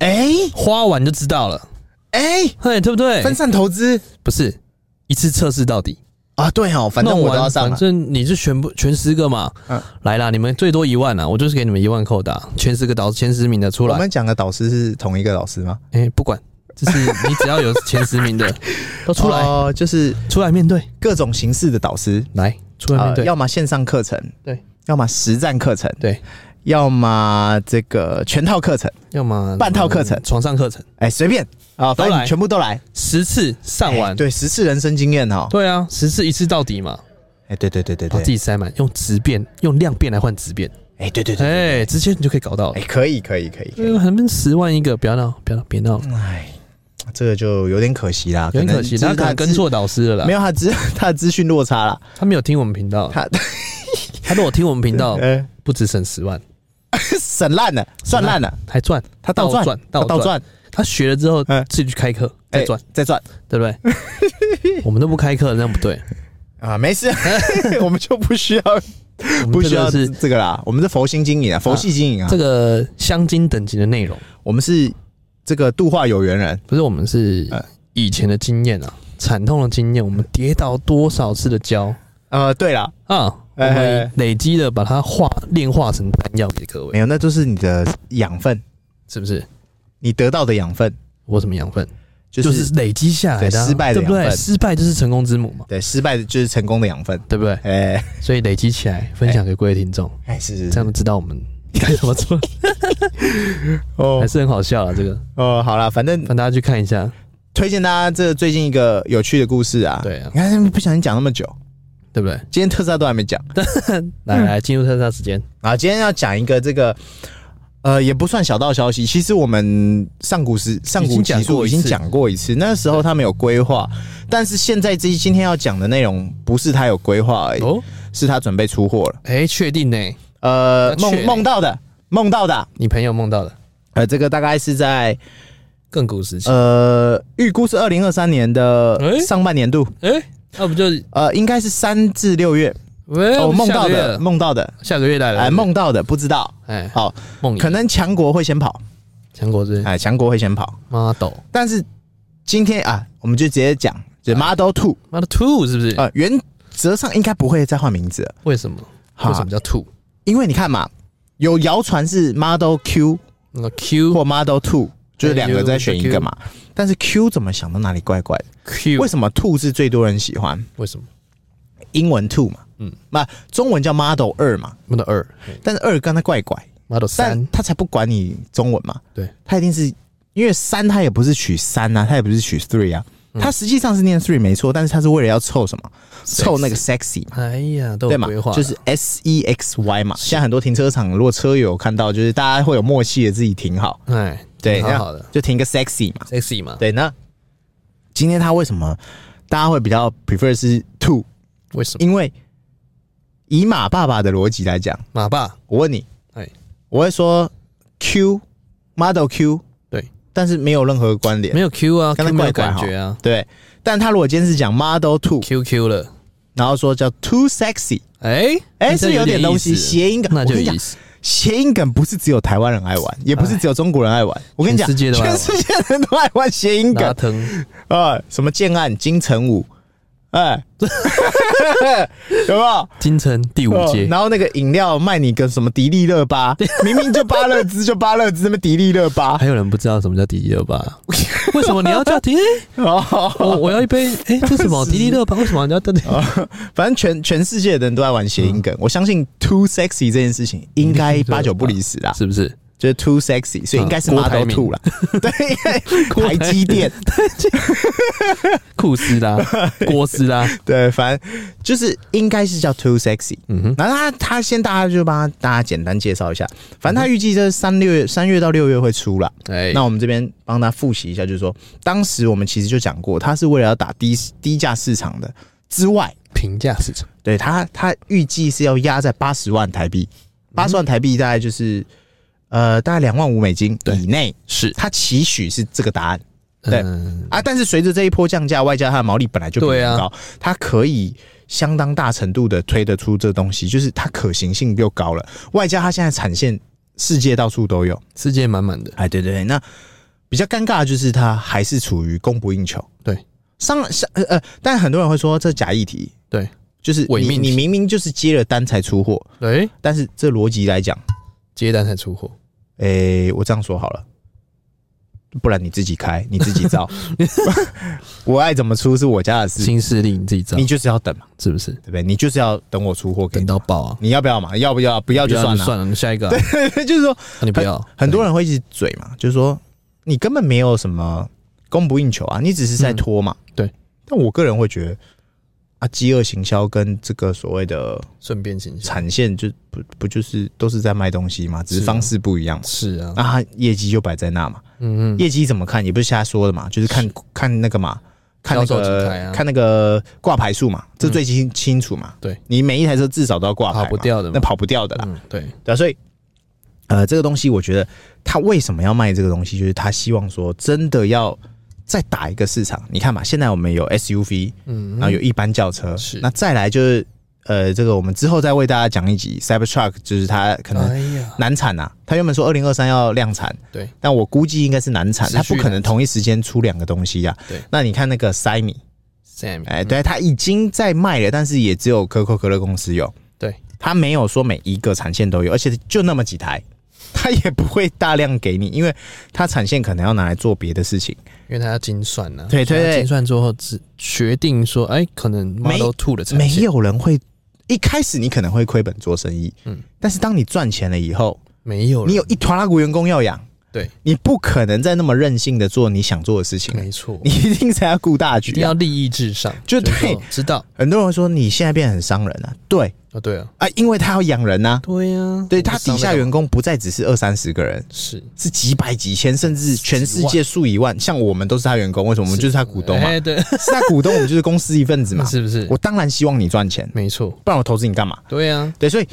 S2: 哎
S1: 花完就知道了，
S2: 哎、
S1: 嘿，对不对？
S2: 分散投资
S1: 不是一次测试到底，
S2: 啊，对哦，反正
S1: 弄
S2: 我
S1: 完
S2: 都要上了
S1: 反。正你是全部全十个嘛，
S2: 嗯
S1: 来啦，你们最多一万啊啦，我就是给你们一万扣打，前十个导前十名的出
S2: 我
S1: 来，
S2: 们讲的导师是同一个老师吗？
S1: 哎、不管，就是你只要有前十名 的都出来，
S2: 哦、就是
S1: 出来面对，
S2: 各种形式的导师。
S1: 来出来面对，
S2: 呃啊要么线上课程，
S1: 对，
S2: 要么实战课程，
S1: 对，
S2: 要么这个全套课程，
S1: 要么嗯
S2: 半套课程
S1: 床上课程
S2: 哎、随便啊，反
S1: 都
S2: 正
S1: 来
S2: 你全部都来，
S1: 十次上完
S2: 哎。对，十次人生经验哦，
S1: 对啊，十次一次到底嘛，
S2: 哎、对对对对
S1: 把
S2: 对
S1: 自，己塞满，用质变，用量变来换质变，
S2: 哎、对对对，哎、
S1: 哎，直接你就可以搞到了。哎
S2: 可以可以可以可以，
S1: 还没十万一个，不要闹，不要闹，别闹了。
S2: 哎、这个就有点嗯可惜啦，
S1: 有点可惜，
S2: 能
S1: 他
S2: 就是
S1: 可
S2: 他
S1: 能跟
S2: 资，
S1: 错导师了啦。
S2: 没有他资 他的资讯落差啦。
S1: 他没有听我们频道，
S2: 他
S1: 他如果听我们频道，
S2: 呃，
S1: 不止省十万，
S2: 省烂 了，算烂了，
S1: 还赚，
S2: 他
S1: 倒
S2: 倒赚，
S1: 赚，
S2: 他倒
S1: 赚。
S2: 赚，
S1: 他学了之后
S2: 嗯
S1: 自己去开课再赚，
S2: 再赚
S1: 对不对？ 我们都不开课，那样不对。
S2: 啊，没 事， 我们就不需要
S1: 我们
S2: 不
S1: 这
S2: 需
S1: 个
S2: 要
S1: 是
S2: 这个啦，我们是佛心经营啊，佛系经营啊
S1: 这，个香精等级的内容，
S2: 我们是这个度化有缘人，
S1: 不是我们是
S2: 嗯
S1: 以前的经验啊，惨痛的经验，我们跌倒多少次的跤
S2: 呃，对了，
S1: 啊，我
S2: 哎哎
S1: 们
S2: 哎
S1: 累积的把它化炼化成丹药给各
S2: 没
S1: 位，
S2: 有，那就是你的养分，
S1: 是不是？
S2: 你得到的养分
S1: 我什么养分？
S2: 就、
S1: 就是是累积下来的啊、
S2: 对失败的
S1: 对不对？
S2: 养分
S1: 失败就是成功之母嘛，
S2: 对失败的就是成功的养分，
S1: 对不对？
S2: 哎、
S1: 所以累积起来，分享给各位听众，
S2: 哎是是
S1: 这样知道我们该怎么做， 还
S2: 哦
S1: 是很好笑啊。这个，
S2: 哦，好啦，反正
S1: 让大家去看一下，
S2: 推荐大家这最近一个有趣的故事啊，
S1: 对啊
S2: 你看不小心讲那么久，
S1: 对不对？
S2: 今天特斯拉都还没讲
S1: 来
S2: 嗯
S1: 来，进入特斯拉时间，
S2: 啊，今天要讲一个这个。呃，也不算小道消息。其实我们上古时上古集数
S1: 已经讲过一
S2: 已
S1: 次
S2: 经讲过一次，那时候他们有规划，但是现在这今天要讲的内容不是他有规划而已，
S1: 哦，
S2: 是他准备出货了。
S1: 哎，确定呢？
S2: 呃，
S1: 要确
S2: 梦
S1: 定
S2: 梦到的，梦到的，
S1: 你朋友梦到的
S2: 呃，这个大概是在
S1: 亘古时期，
S2: 呃，预估是二零二三年的
S1: 诶
S2: 上半年度，
S1: 哎，那不就
S2: 呃，应该是三至六月。
S1: 喂
S2: 哦，梦到，
S1: 我
S2: 的，
S1: 们
S2: 梦到的，
S1: 啊下个月下个月来了，
S2: 哎，梦到的，不知道。
S1: 哎
S2: 好，
S1: 梦
S2: 可
S1: 可
S2: 能强国会先跑，
S1: 强国之
S2: 哎，强国会先跑。
S1: model
S2: 但是今天啊，我们就直接讲，
S1: 啊
S2: 就 Model Two，
S1: model two 是不是？
S2: 呃，原则上应该不会再换名字了，
S1: 为什么？
S2: 好
S1: 为什么叫 two？
S2: 因为你看嘛，有谣传是 Model Q
S1: 那个 Q
S2: 或 Model Two，就是两个再选一个嘛。
S1: 哎
S2: 但是 Q 怎么想到哪里怪怪的？
S1: Q
S2: 为什么 Two 是最多人喜欢？
S1: 为什么
S2: 英文 Two 嘛，
S1: 嗯
S2: 嗯，那中文叫 Model 二嘛，
S1: model 二嘿
S2: 但是二跟它怪怪，
S1: model
S2: 但
S1: 三
S2: 他才不管你中文嘛，
S1: 对，
S2: 他一定是因为三他也不是取三啊，他也不是取 three 啊，
S1: 嗯
S2: 他实际上是念 three 没错，但是他是为了要凑什么？凑那个 sexy 嘛。
S1: 哎呀都
S2: 对
S1: 有
S2: 嘛
S1: 规划，了，
S2: 就是 S E X Y 嘛。现在很多停车场，如果车友有看到，就是大家会有默契的自己停好，
S1: 哎
S2: 对，
S1: 好
S2: 那
S1: 好的
S2: 就停个 sexy 嘛。
S1: sexy 嘛？
S2: 对，那今天他为什么大家会比较 prefer 是 two？
S1: 为什么
S2: 因为以马爸爸的逻辑来讲，
S1: 马爸？
S2: 我问你，
S1: 哎
S2: 我会说 Q Model Q，
S1: 对，
S2: 但是没有任何关联，
S1: 没有 Q 啊
S2: 跟
S1: ，Q
S2: 他
S1: 没有
S2: 怪怪
S1: 感
S2: 哈
S1: 觉啊
S2: 对。但他如果今天是讲 Model Two，
S1: ，QQ 了，
S2: 然后说叫 Too Sexy，
S1: 哎
S2: 哎、
S1: 那
S2: 是
S1: 这
S2: 不是有点东西
S1: 意思
S2: 谐音梗。
S1: 那就有
S2: 我跟你
S1: 意
S2: 讲，
S1: 思。
S2: 谐音梗不是只有台湾人爱玩，也不是只有中国人爱玩。我跟你讲，
S1: 哎全世界都爱玩
S2: 全世界人都爱玩谐音梗
S1: 拉藤
S2: 啊、什么建案、金城武， 哎、 有没有？
S1: 金城第五
S2: 哦
S1: 街，
S2: 然后那个饮料卖你个什么迪丽热 巴，明明就芭乐汁就芭乐汁，那么迪丽热巴
S1: 还有人不知道什么叫迪丽热巴？ 为什么你要叫迪？
S2: 哦，
S1: 我我要一杯，哎、这什 么迪丽热巴？为什么你要叫迪？
S2: 反正全全世界的人都在玩谐音梗，我相信 too sexy 这件事情应该八九不离十啦，
S1: 嗯是不是？
S2: 就是 too sexy，所以应该
S1: 嗯
S2: 是
S1: 郭台
S2: model
S1: 铭
S2: two 啦，对，
S1: 郭台铭
S2: 台积电，
S1: 库斯 拉、郭斯拉，
S2: 对，反正就是应该是叫 too sexy。
S1: 嗯哼，
S2: 然后他他先大家就帮他大家简单介绍一下，反正他预计这三六月三月到六月会出啦。
S1: 哎、
S2: 那我们这边帮他复习一下，就是说，当时我们其实就讲过，他是为了要打低低价市场的之外，
S1: 平价市场
S2: 对他他预计是要压在八十万台币，
S1: 嗯
S2: 八十万台币大概就是呃大概两万五美金以内，
S1: 是，
S2: 他期许是这个答案对
S1: 嗯，
S2: 啊。但是随着这一波降价，外加它的毛利本来就比
S1: 对
S2: 较
S1: 啊
S2: 高，它可以。相当大程度的推得出这东西，就是它可行性又高了，外加它现在产线世界到处都有，
S1: 世界满满的，
S2: 哎，对对对，那比较尴尬的就是它还是处于供不应求。
S1: 对，
S2: 上上呃呃，但很多人会说这假议题，
S1: 对，
S2: 就是
S1: 伪
S2: 你
S1: 命
S2: 你
S1: 题
S2: 明明就是接了单才出货，
S1: 哎、
S2: 但是这逻辑来讲，
S1: 接单才出货，
S2: 诶、我这样说好了。不然你自己开，你自己造， 我爱怎么出是我家的事，
S1: 新势力你自己找
S2: 你，就是要等嘛，
S1: 是不是？
S2: 对不对？你就是要等我出货给
S1: 等
S2: 你，
S1: 到爆啊！
S2: 你要不要嘛？要不要？不要就算
S1: 你
S2: 了，
S1: 算了，你下一个、啊，
S2: 就是说
S1: 那你不要，
S2: 很多人会一直嘴嘛，就是说你根本没有什么供不应求啊，你只是在拖嘛。
S1: 嗯对，
S2: 但我个人会觉得啊，饥饿行销跟这个所谓的
S1: 顺便行销，
S2: 产线就不不就是都是在卖东西嘛，只是
S1: 是啊
S2: 方式不一样嘛。
S1: 是啊，
S2: 那它业绩就摆在那嘛，
S1: 嗯嗯，
S2: 业绩怎么看也不是瞎说的嘛，就是看看那个嘛，看那
S1: 销售
S2: 个
S1: 几、台啊嗯
S2: 看那个挂牌数嘛，这最清清楚嘛。
S1: 对，
S2: 你每一台车至少都要挂牌嘛，
S1: 跑不掉的嘛
S2: 那跑不掉的啦。
S1: 嗯对，
S2: 对啊，所以呃，这个东西我觉得他为什么要卖这个东西，就是他希望说真的要再打一个市场。你看嘛，现在我们有 SUV，
S1: 嗯，
S2: 然后有一般轿车，
S1: 是
S2: 那再来就是呃，这个我们之后再为大家讲一集 Cybertruck，就是它可能
S1: 哎呀，
S2: 难产啊，它原本说二零二三要量产，
S1: 对，
S2: 但我估计应该是难产，
S1: 持续
S2: 它不可能同一时间出两个东西呀、啊。
S1: 对，嗯
S2: 那你看那个 Simi，
S1: Sam，
S2: 哎、对，它已经在卖了，但是也只有可口可乐公司有。
S1: 对，
S2: 它没有说每一个产线都有，而且就那么几台，它也不会大量给你，因为它产线可能要拿来做别的事情。
S1: 因为他要精算呢、啊，
S2: 对对对
S1: 他要精算之后只决定说，哎、可能 Model Two 的产
S2: 没
S1: 线
S2: 有人会一开始你可能会亏本做生意，
S1: 嗯
S2: 嗯，但是当你赚钱了以后，
S1: 没有
S2: 你
S1: 了，
S2: 有一团拉股员工要养，
S1: 对，
S2: 你不可能再那么任性的做你想做的事情了，
S1: 没错，
S2: 你一定才要顾大
S1: 一
S2: 局
S1: 定
S2: 啊、
S1: 要利益至上，
S2: 就是对
S1: 说知道
S2: 很多人会说你现在变得很伤人啊，对
S1: 啊，对啊，
S2: 啊，因为他要养人呐、啊。
S1: 对啊，
S2: 对
S1: 我不
S2: 他
S1: 知道
S2: 底下
S1: 那个
S2: 员工不再只是二三十个人，
S1: 是
S2: 是几百、几千，甚至全世界数以万。像我们都是他员工，为什么我们就是他股东嘛？
S1: 哎、对，
S2: 是他股东，我们就是公司一份子嘛。
S1: 是不是
S2: 我？当然希望你赚钱，
S1: 没错，
S2: 不然我投资你干嘛？
S1: 对啊，
S2: 对，所以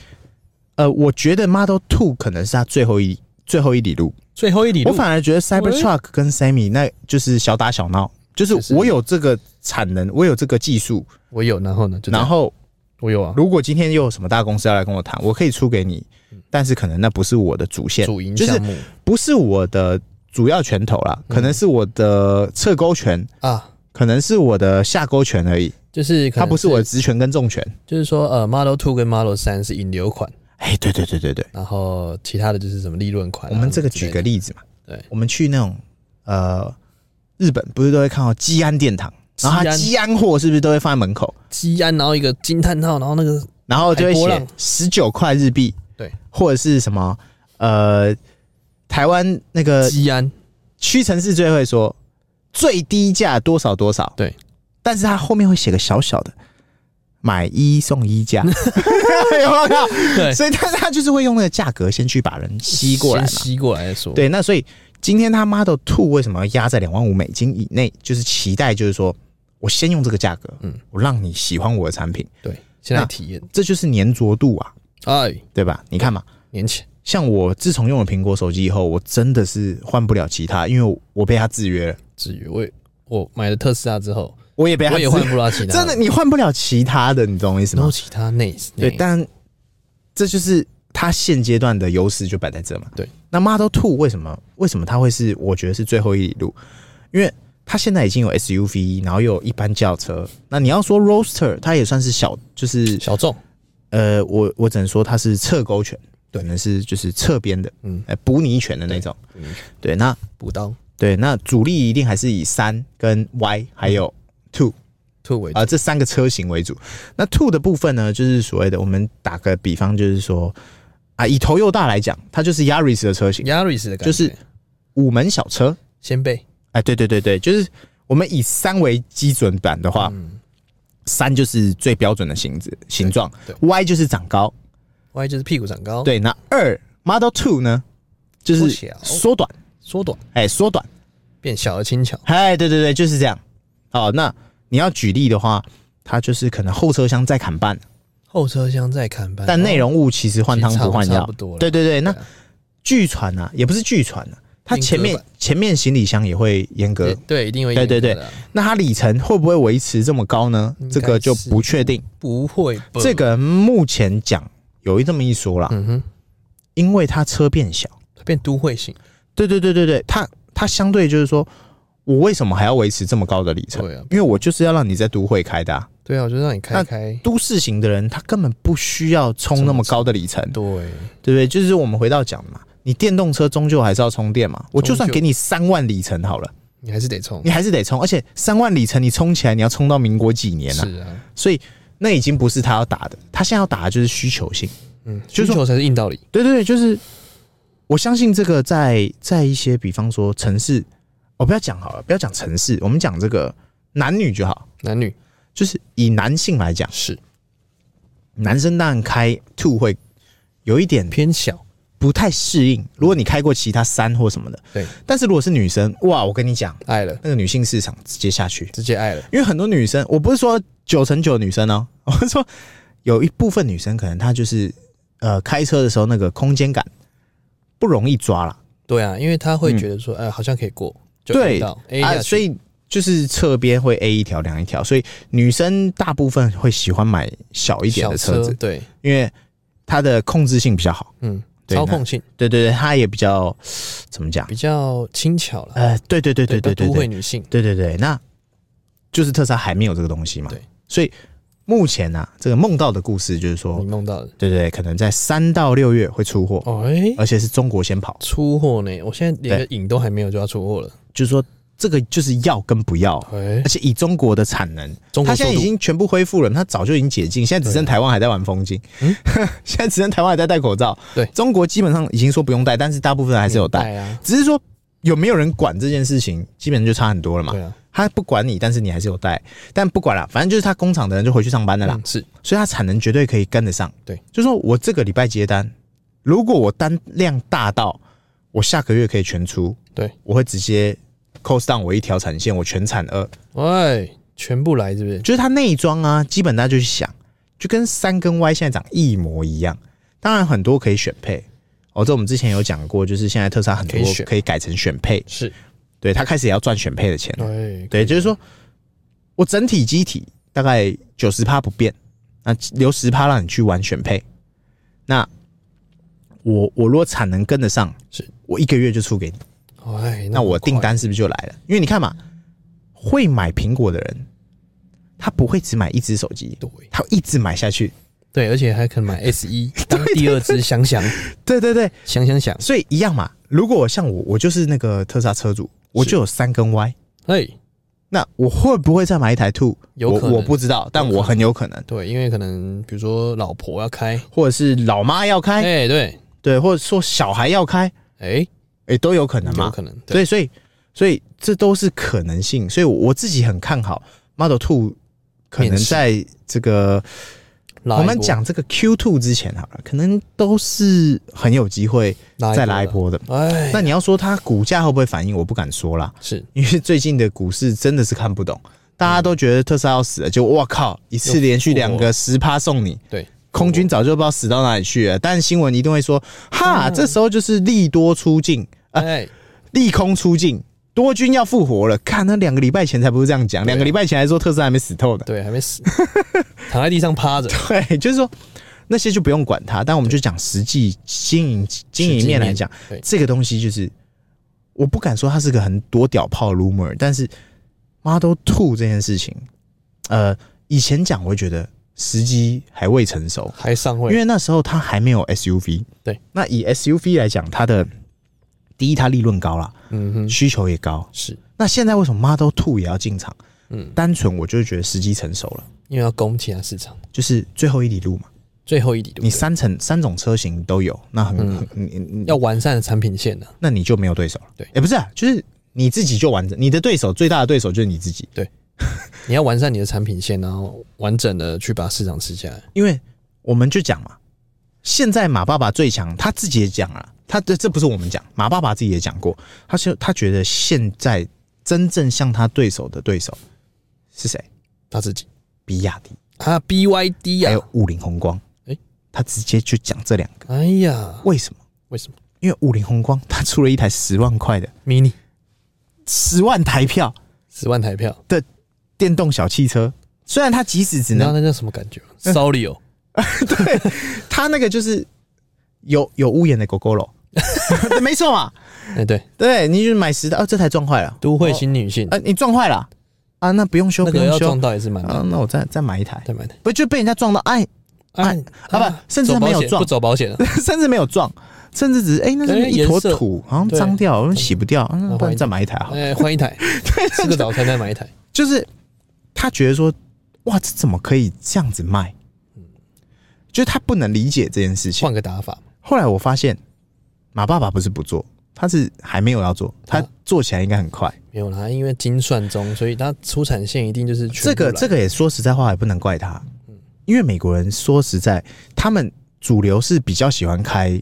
S2: 呃，我觉得 Model Two 可能是他最后一最后一里路。
S1: 最后一里
S2: 我
S1: 路，
S2: 反而觉得 Cybertruck 跟 Semi 那就是小打小闹，就是我有这个产能，我有这个技术，
S1: 我有，然后呢？就这样
S2: 然后
S1: 我有啊，
S2: 如果今天又有什么大公司要来跟我谈，我可以出给你，但是可能那不是我的主线，
S1: 主营
S2: 就是
S1: 项目、
S2: 不是我的主要拳头啦，
S1: 嗯
S2: 可能是我的侧勾拳，
S1: 啊，
S2: 可能是我的下勾拳而已，
S1: 就是可
S2: 它
S1: 能
S2: 不是我的，直拳跟重拳。
S1: 就是说呃，Model Two 跟 Model 三是引流款，
S2: 哎、对对对对对，
S1: 然后其他的就是什么利润款啊、
S2: 我们这个
S1: 之类
S2: 举
S1: 的
S2: 个例子嘛，
S1: 对，
S2: 我们去那种呃日本不是都会看到基安殿堂，然后它
S1: 基
S2: 基安货是不是都会放在门口，
S1: 基安，然后一个惊叹号，然后那个
S2: 然后就会
S1: 海哎波
S2: 写
S1: 浪
S2: 十九块日币，
S1: 对，
S2: 或者是什么呃台湾那个
S1: 基安，
S2: 屈臣氏最会说最低价多少多少，
S1: 对，
S2: 但是它后面会写个小小的。买一送 一价，有没有？
S1: 对，
S2: 所以他他就是会用那个价格先去把人吸过来嘛
S1: 先。吸过来再说，，
S2: 对，那所以今天他 Model Two 为什么要压在两万五美金以内？就是期待，就是说我先用这个价格，
S1: 嗯
S2: 嗯，我让你喜欢我的产品，
S1: 对，先来
S2: 那
S1: 体验。
S2: 这就是粘着度啊，
S1: 哎，
S2: 对吧？你看嘛，
S1: 年前
S2: 像我自从用了苹果手机以后，我真的是换不了其他，因为我我被它制约了，
S1: 至于我也我买了特斯拉之后，
S2: 我也被它
S1: 我
S2: 制
S1: 也
S2: 约
S1: 换不了其他，
S2: 啊真的，你换不了其他的，你懂我意思
S1: 然
S2: 吗
S1: 后？其他内
S2: 对，但这就是它现阶段的优势就摆在这嘛。
S1: 对，
S2: 那 Model Two 为什么为什么它会是我觉得是最后一里路？因为它现在已经有 SUV，然后又有一般轿车。那你要说 Roadster，它也算是小，就是
S1: 小众
S2: 呃，我我只能说它是侧勾拳，
S1: 对
S2: 可能是就是侧边的，
S1: 嗯
S2: 嗯，呃，补你一拳的那种。对，那
S1: 补刀
S2: 对，那主力一定还是以三跟 Y 还有 Two
S1: 突围
S2: 啊、这三个车型为主。那 two 的部分呢，就是所谓的我们打个比方，就是说啊，以头又大来讲，它就是 Yaris 的车型，
S1: Yaris 的感觉，
S2: 就是五门小车。
S1: 先辈
S2: 哎，对对对对，就是我们以三为基准版的话，
S1: 嗯
S2: 三就是最标准的形子形状
S1: 对哦
S2: ，Y 就是长高，
S1: ，Y 就是屁股长高，，
S2: 对，那二 Model Two 呢，就
S1: 缩
S2: 是
S1: 小
S2: 缩短，
S1: 缩短
S2: 哎，缩短，
S1: 变小而轻巧，
S2: 哎，对对对，就是这样。好，那你要举例的话，它就是可能后车厢再砍半。
S1: 后车厢再看板，
S2: 但内
S1: 哦
S2: 容物其实换汤不换
S1: 其实差
S2: 药，
S1: 不多了
S2: 对对对，那
S1: 啊
S2: 据传啊，也不是据传啊，它前
S1: 阉
S2: 面
S1: 割版
S2: 前面行李箱也会阉割
S1: 对，对一定会
S2: 对对
S1: 严格的啊，
S2: 那它里程会不会维持这么高呢
S1: 应该？
S2: 这个就不确定。
S1: 不会吧
S2: 这个目前讲有这么一说啦，
S1: 嗯哼，
S2: 因为它车变小，
S1: 变都会型，
S2: 对对对对对，它它相对就是说，我为什么还要维持这么高的里程？
S1: 对啊
S2: 因为我就是要让你在都会开的、啊，
S1: 对啊，我就让你开
S2: 那
S1: 开，
S2: 都市型的人他根本不需要充那么高的里程，
S1: 对，
S2: 对不对？就是我们回到讲的嘛，你电动车终究还是要充电嘛。我就算给你三万里程好了，
S1: 你还是得冲
S2: 你，还是得充，而且三万里程你充起来，你要充到民国几年啊？
S1: 是啊，
S2: 所以那已经不是他要打的，他现在要打的就是需求性。
S1: 嗯，需
S2: 就是说
S1: 求才是硬道理，
S2: 对对对，就是我相信这个在在一些比方说城市，哦，不要讲好了，不要讲城市，我们讲这个男女就好，
S1: 男女
S2: 就是以男性来讲，
S1: 是
S2: 男生当然开 two 会有一点
S1: 偏小，
S2: 不太适应。如果你开过其他山或什么的，
S1: 对，
S2: 但是如果是女生，哇，我跟你讲，
S1: 爱了，
S2: 那个女性市场直接下去，
S1: 直接爱了，
S2: 因为很多女生，我不是说九成九的女生哦，我是说有一部分女生可能她就是呃开车的时候那个空间感不容易抓啦，
S1: 对啊，因为他会觉得说，哎，好像可以过，就
S2: 嗯对
S1: A 到 A 下
S2: 啊，
S1: 去
S2: 所以就是侧边会 A 一条两一条，所以女生大部分会喜欢买小一点
S1: 小
S2: 的车子，
S1: 对，
S2: 因为它的控制性比较好。
S1: 嗯，
S2: 对
S1: 操
S2: 那
S1: 控性
S2: 对对对，它也比较怎么讲？
S1: 比较轻巧了，
S2: 呃，对对对对对
S1: 都
S2: 对
S1: 都会
S2: 对
S1: 女性，
S2: 对对对，那就是特斯拉还没有这个东西嘛。
S1: 对，
S2: 所以目前呢、啊，这个梦到的故事就是说
S1: 你，梦到的，
S2: 对对对，可能在三到六月会出货，
S1: 哦，哎，
S2: 而且是中国先跑，
S1: 出货呢，我现在连个影都还没有就要出货了，
S2: 就是说这个就是要跟不要，
S1: 哎
S2: 而，且以中国的产能，
S1: 中
S2: 它
S1: 国
S2: 现在
S1: 速
S2: 已
S1: 度
S2: 经全部恢复了，它早就已经解禁，现在只剩台湾还在玩风景，
S1: 嗯
S2: 现在只剩台湾还在戴口罩，
S1: 对
S2: 中国基本上已经说不用戴，但是大部分人还是有戴，
S1: 带啊，
S2: 只是说有没有人管这件事情，基本上就差很多了嘛
S1: 对。啊，
S2: 他不管你，但是你还是有戴，但不管了，反正就是他工厂的人就回去上班了啦，
S1: 嗯是
S2: 所以他产能绝对可以跟得上。
S1: 对，
S2: 就说我这个礼拜接单，如果我单量大到我下个月可以全出，
S1: 对，
S2: 我会直接 cost down 我一条产线，我全产二，
S1: 喂，全部来是不是？
S2: 就是它内装啊，基本大家就去想，就跟三跟 Y 现在长一模一样。当然很多可以选配，哦，这我们之前有讲过，就是现在特斯拉很多
S1: 可以选
S2: 可以改成选配，
S1: 是，
S2: 对，它开始也要赚选配的钱了。
S1: 对，
S2: 对，就是说我整体机体大概九十趴不变，那留十趴让你去玩选配。那我我如果产能跟得上，
S1: 是
S2: 我一个月就出给你，
S1: 哎，
S2: 那我
S1: 很快
S2: 订，单是不是就来了？因为你看嘛，会买苹果的人，他不会只买一只手机，
S1: 对
S2: 他会一直买下去。
S1: 对，而且还可能 买 S 一当第二只，想想
S2: 对对对，
S1: 想想想，
S2: 所以一样嘛。如果像我，我就是那个特斯拉车主，我就有三根 Y，
S1: 哎，
S2: 那我会不会再买一台 Two？
S1: 有可能
S2: 我我不知道，但我很有可能，
S1: 对，因为可能比如说老婆要开，
S2: 或者是老妈要开，
S1: 哎，对，
S2: 对，或者说小孩要开，
S1: 哎，
S2: 哎、都有可能
S1: 有
S2: 嘛。
S1: 可能，对，
S2: 对，所以所以这都是可能性，所以我自己很看好 Model Two 可能
S1: 面世
S2: 在这个
S1: 拉
S2: 我
S1: 一
S2: 们
S1: 波
S2: 讲这个 Q Two 之前好了，可能都是很有机会再来一，波的。
S1: 哎，
S2: 那你要说它股价会不会反应，我不敢说啦，
S1: 是
S2: 因为最近的股市真的是看不懂，大
S1: 嗯
S2: 家都觉得特斯拉要死了，就我靠，一次连
S1: 哦
S2: 续两个十趴送你，
S1: 对，
S2: 空军早就不知道死到哪里去了。但新闻一定会说，哈，这时候就是利多出尽，
S1: 哎，
S2: 利空出尽，多军要复活了。看，那两个礼拜前才不是这样讲，两个礼拜前还说特斯拉还没死透呢。
S1: 对，还没死，躺在地上趴着，
S2: 对，就是说那些就不用管它，但我们就讲实际经营 经营面来讲
S1: 实际面对，
S2: 这个东西就是我不敢说它是个很多屌炮 rumor，但是 Model Two 这件事情，呃，以前讲我会觉得时机还未成熟，
S1: 还上
S2: 因
S1: 位，
S2: 为那时候它还没有 SUV。
S1: 对，
S2: 那以 SUV 来讲，它的第一它利润高啦，
S1: 嗯哼，
S2: 需求也高。
S1: 是
S2: 那现在为什么 Model Two 也要进场？
S1: 嗯
S2: 单纯我就会觉得时机成熟了，
S1: 因为要攻其他市场，
S2: 就是最后一里路嘛。
S1: 最后一里路，
S2: 你三层三种车型都有，那很、
S1: 嗯
S2: 很你你
S1: 要完善的产品线啊呢，
S2: 那你就没有对手了。
S1: 对
S2: 也、不是啊，就是你自己就完整，你的对手最大的对手就是你自己，
S1: 你要完善你的产品线，然后完整的去把市场吃下来，
S2: 因为我们就讲嘛，现在马爸爸最强，他自己也讲啊，他这这不是我们讲，马爸爸自己也讲过，他说他觉得现在真正像他对手的对手是谁？
S1: 他自己
S2: 比亚迪
S1: 啊，BYD 呀
S2: 还有，五菱宏光，
S1: 诶
S2: 他直接就讲这两个，
S1: 哎呀，
S2: 为什么？
S1: 为什么
S2: 因为五菱宏光它出了一台十万块的
S1: mini
S2: 十万台票
S1: 十万台票？
S2: 电动小汽车，虽然它即使只
S1: 你知道
S2: 能
S1: 那叫什么 感觉吗
S2: 哎
S1: s o r r y 哦，
S2: 它那个就是有有屋檐的狗狗楼， 对没错嘛，
S1: 哎对，
S2: 对，你就买十的，哦，这台撞坏了，
S1: 都会新女性，
S2: 呃，你撞坏了啊，那不用修，
S1: 那
S2: 不
S1: 个
S2: 用
S1: 要
S2: 修
S1: 撞到也是蛮难
S2: 啊，那我再再买一台，
S1: 再买的。
S2: 不就被人家撞到，哎， 哎啊不甚至
S1: 走保
S2: 没有
S1: 险
S2: 撞
S1: 不走保险了，
S2: 甚至没有撞，甚至只是哎，那是
S1: 哎
S2: 一坨
S1: 颜色
S2: 土，好像
S1: 对
S2: 脏掉，好像洗不掉，啊那
S1: 那
S2: 不
S1: 换
S2: 然
S1: 一
S2: 再买一台 好了，
S1: 哎，换一 台，吃个早餐再买一台，
S2: 就是他觉得说，哇，这怎么可以这样子卖？就是他不能理解这件事情。
S1: 嗯换个打法，
S2: 后来我发现，马爸爸不是不做，他是还没有要做，他
S1: 啊
S2: 做起来应该很快。
S1: 没有啦，因为精算中，所以它出产线一定就是全嗯
S2: 这个这
S1: 个
S2: 个也说实在话，也不能怪他，因为美国人说实在，他们主流是比较喜欢开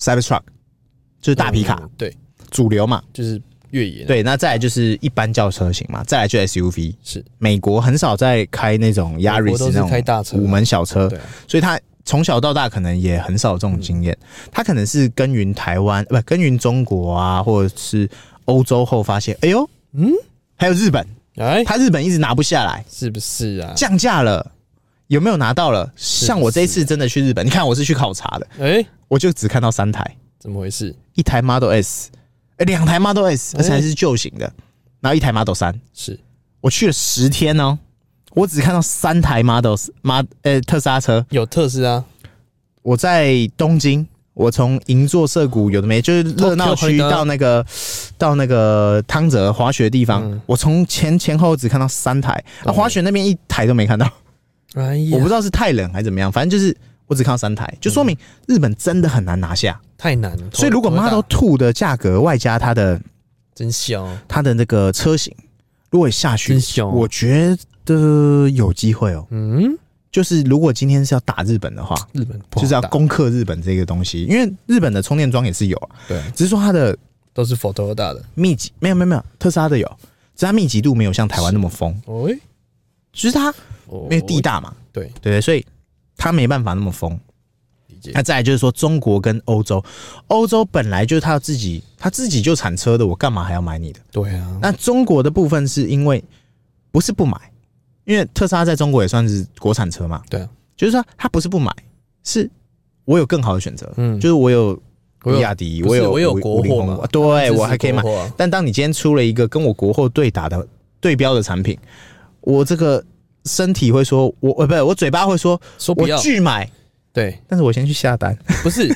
S2: Cybertruck，就是大皮卡、
S1: 嗯对，
S2: 主流嘛。
S1: 就是越野，，啊
S2: 对，那再来就是一般轿车型嘛，再来就 SUV。
S1: 是
S2: 美国很少在开那种
S1: 美国
S2: Yaris
S1: 都是
S2: 那种
S1: 开大车
S2: 五门小车，
S1: 对啊，
S2: 所以他从小到大可能也很少有这种经验。
S1: 嗯
S2: 他可能是耕耘台湾，呃不耕耘中国啊，或者是欧洲后发现，哎呦，
S1: 嗯，
S2: 还有日本，
S1: 哎，
S2: 他日本一直拿不下来，
S1: 是不是啊？
S2: 降价了。有没有拿到了？像我这一次真的去日本，你看我是去考察的，
S1: 哎，
S2: 我就只看到三台，
S1: 怎么回事？
S2: 一台 Model S，呃两台 Model S，
S1: 哎
S2: 而且还是旧型的，然后一台 Model 三。
S1: 是
S2: 我去了十天哦，我只看到三台 Model m o 呃特斯拉车，
S1: 有特斯拉，
S2: 我在东京，我从银座涩谷有的没，就是热闹区
S1: Tokyo
S2: 到那个到那个汤泽滑雪的地方，
S1: 嗯
S2: 我从前前后后只看到三台，啊，
S1: 懂
S2: 滑雪那边一台都没看到，
S1: 哎
S2: 我不
S1: 呀，
S2: 知道是太冷还是怎么样，反正就是我只看到三台，就说明日本真的很难拿下。
S1: 太难了。
S2: 所以如果
S1: 头大
S2: Model Two 的价格外加它的
S1: 真香，
S2: 它的那个车型，如果下去
S1: 真，香，
S2: 我觉得有机会哦。
S1: 嗯，
S2: 就是如果今天是要打日本的话，
S1: 日本不好
S2: 就是要
S1: 打
S2: 攻克日本这个东西，因为日本的充电桩也是有啊，
S1: 对，
S2: 只是说它的
S1: 都是 f o t o 大的。
S2: 密集没有没有没有特斯拉的有，只是它密集度没有像台湾那么疯，
S1: 哎，
S2: 只是它
S1: 哦
S2: 因为地大嘛，
S1: 对
S2: 对，所以它没办法那么疯。
S1: 理解
S2: 那再来就是说中国跟欧洲，欧洲本来就是它自己它自己就产车的，我干嘛还要买你的？
S1: 对啊，
S2: 那中国的部分是因为不是不买，因为特斯拉在中国也算是国产车嘛，
S1: 对啊，
S2: 就是说它不是不买，是我有更好的选择，
S1: 嗯
S2: 就是我有
S1: 我有
S2: 比亚迪，
S1: 不是
S2: 有
S1: 我
S2: 我
S1: 有国货嘛
S2: 对
S1: 支持
S2: 我还可以买
S1: 国。货啊
S2: 但当你今天出了一个跟我国货对打的对标的产品，我这个身体会说，我呃不是我嘴巴会说，
S1: 说不
S2: 我
S1: 要，
S2: 拒买，
S1: 对，
S2: 但是我先去下单，
S1: 不 是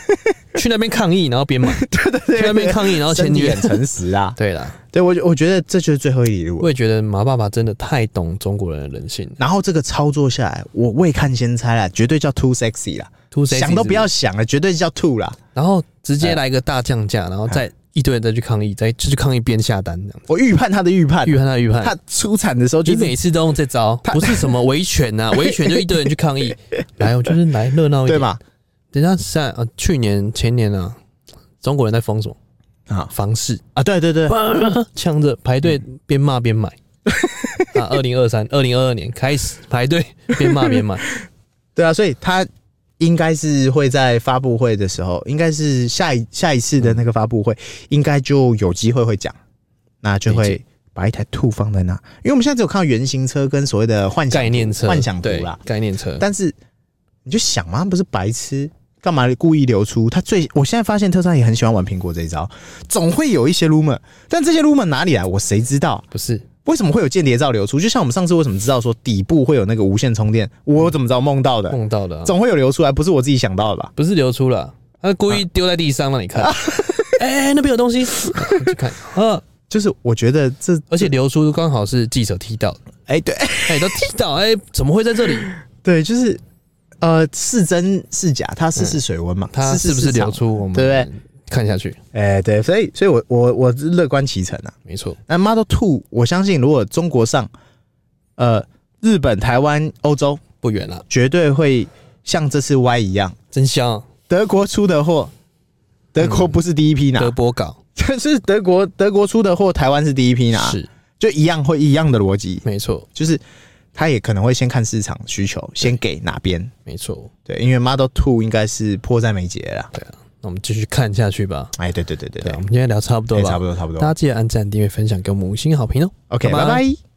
S1: 去那边抗议，然后边买，
S2: 对对
S1: 去那边抗议，然后签
S2: 身体
S1: 约。
S2: 很。诚实啊
S1: 对啦，
S2: 对我我觉得这就是最后一里路了
S1: 我。也觉得马爸爸真的太懂中国人的人性了
S2: 然后这个操作下来，我未看先猜啦，绝对叫 too sexy 啦，
S1: ，too sexy
S2: 想都不要
S1: 是
S2: 想了，绝对叫 too 啦。
S1: 是，然后直
S2: 哎
S1: 接来一个大降价，然后再一堆人再去抗议，再去抗议边下单这样子，
S2: 我预判他的预判，
S1: 预判他预判，
S2: 他出产的时候就
S1: 你
S2: 是
S1: 每次都用这招，不是什么维权 呐、维权就一堆人去抗议，来，我就是来热闹一
S2: 对
S1: 点。
S2: 嘛
S1: 人家是在呃去年前年啊，中国人在封锁
S2: 啊
S1: 房市，
S2: 啊，对对对，
S1: 抢着排队边骂边 买。啊，二零二三、二零二二年开始排队边骂边买，
S2: 对啊，所以他应该是会在发布会的时候，应该是下一下一
S1: 嗯
S2: 次的那个发布会，应该就有机会会讲，那就
S1: 理
S2: 会把一台兔放在那，因为我们现在只有看到原型车跟所谓的幻想
S1: 概念车、
S2: 幻想图
S1: 对
S2: 啦，
S1: 概念车，
S2: 但是你就想嘛，他们不是白痴，干嘛故意流出？他最我现在发现特斯拉也很喜欢玩苹果这一招，总会有一些 rumor，但这些 rumor 哪里来？我谁知道？
S1: 不是
S2: 为什么会有间谍照流出？就像我们上次为什么知道说底部会有那个无线充电？我怎么知道梦到的？
S1: 梦到的、啊，
S2: 总会有流出来，不是我自己想到的吧？
S1: 不是流出了，他故
S2: 啊
S1: 意丢在地上让你看。 哎、那边有东西，啊去看。啊，
S2: 就是我觉得这，
S1: 而且流出刚好是记者踢到的，
S2: 哎、对
S1: 哎、都踢到，哎、怎么会在这里？
S2: 对，就是呃，是真是假，它试试水温嘛，
S1: 它
S2: 试
S1: 是不是流
S2: 场？
S1: 出？我们
S2: 对不
S1: 看下去，
S2: 哎、对，所以所以我我我是乐观其成啊。
S1: 没错，
S2: 那 Model Two，我相信如果中国上，呃，日本、台湾、欧洲
S1: 不远了，
S2: 绝对会像这次 Y 一样，
S1: 真香啊！
S2: 德国出的货，德国不是第一批拿，
S1: 嗯德波港
S2: 就是德国德国出的货，台湾是第一批拿，
S1: 是
S2: 就一样会一样的逻辑，
S1: 没错，
S2: 就是他也可能会先看市场需求，先给哪边。
S1: 没错。
S2: 对，因为 Model Two 应该是迫在眉睫了啦。
S1: 那我们继续看下去吧。
S2: 哎，对对对对
S1: 对
S2: 对
S1: 啊，我，们今天聊差不多
S2: 哎
S1: 吧，
S2: 差不多差不
S1: 大
S2: 多。
S1: 家记得按赞、订阅、分享，给我们五星好评哦。
S2: OK，
S1: 拜拜
S2: 拜拜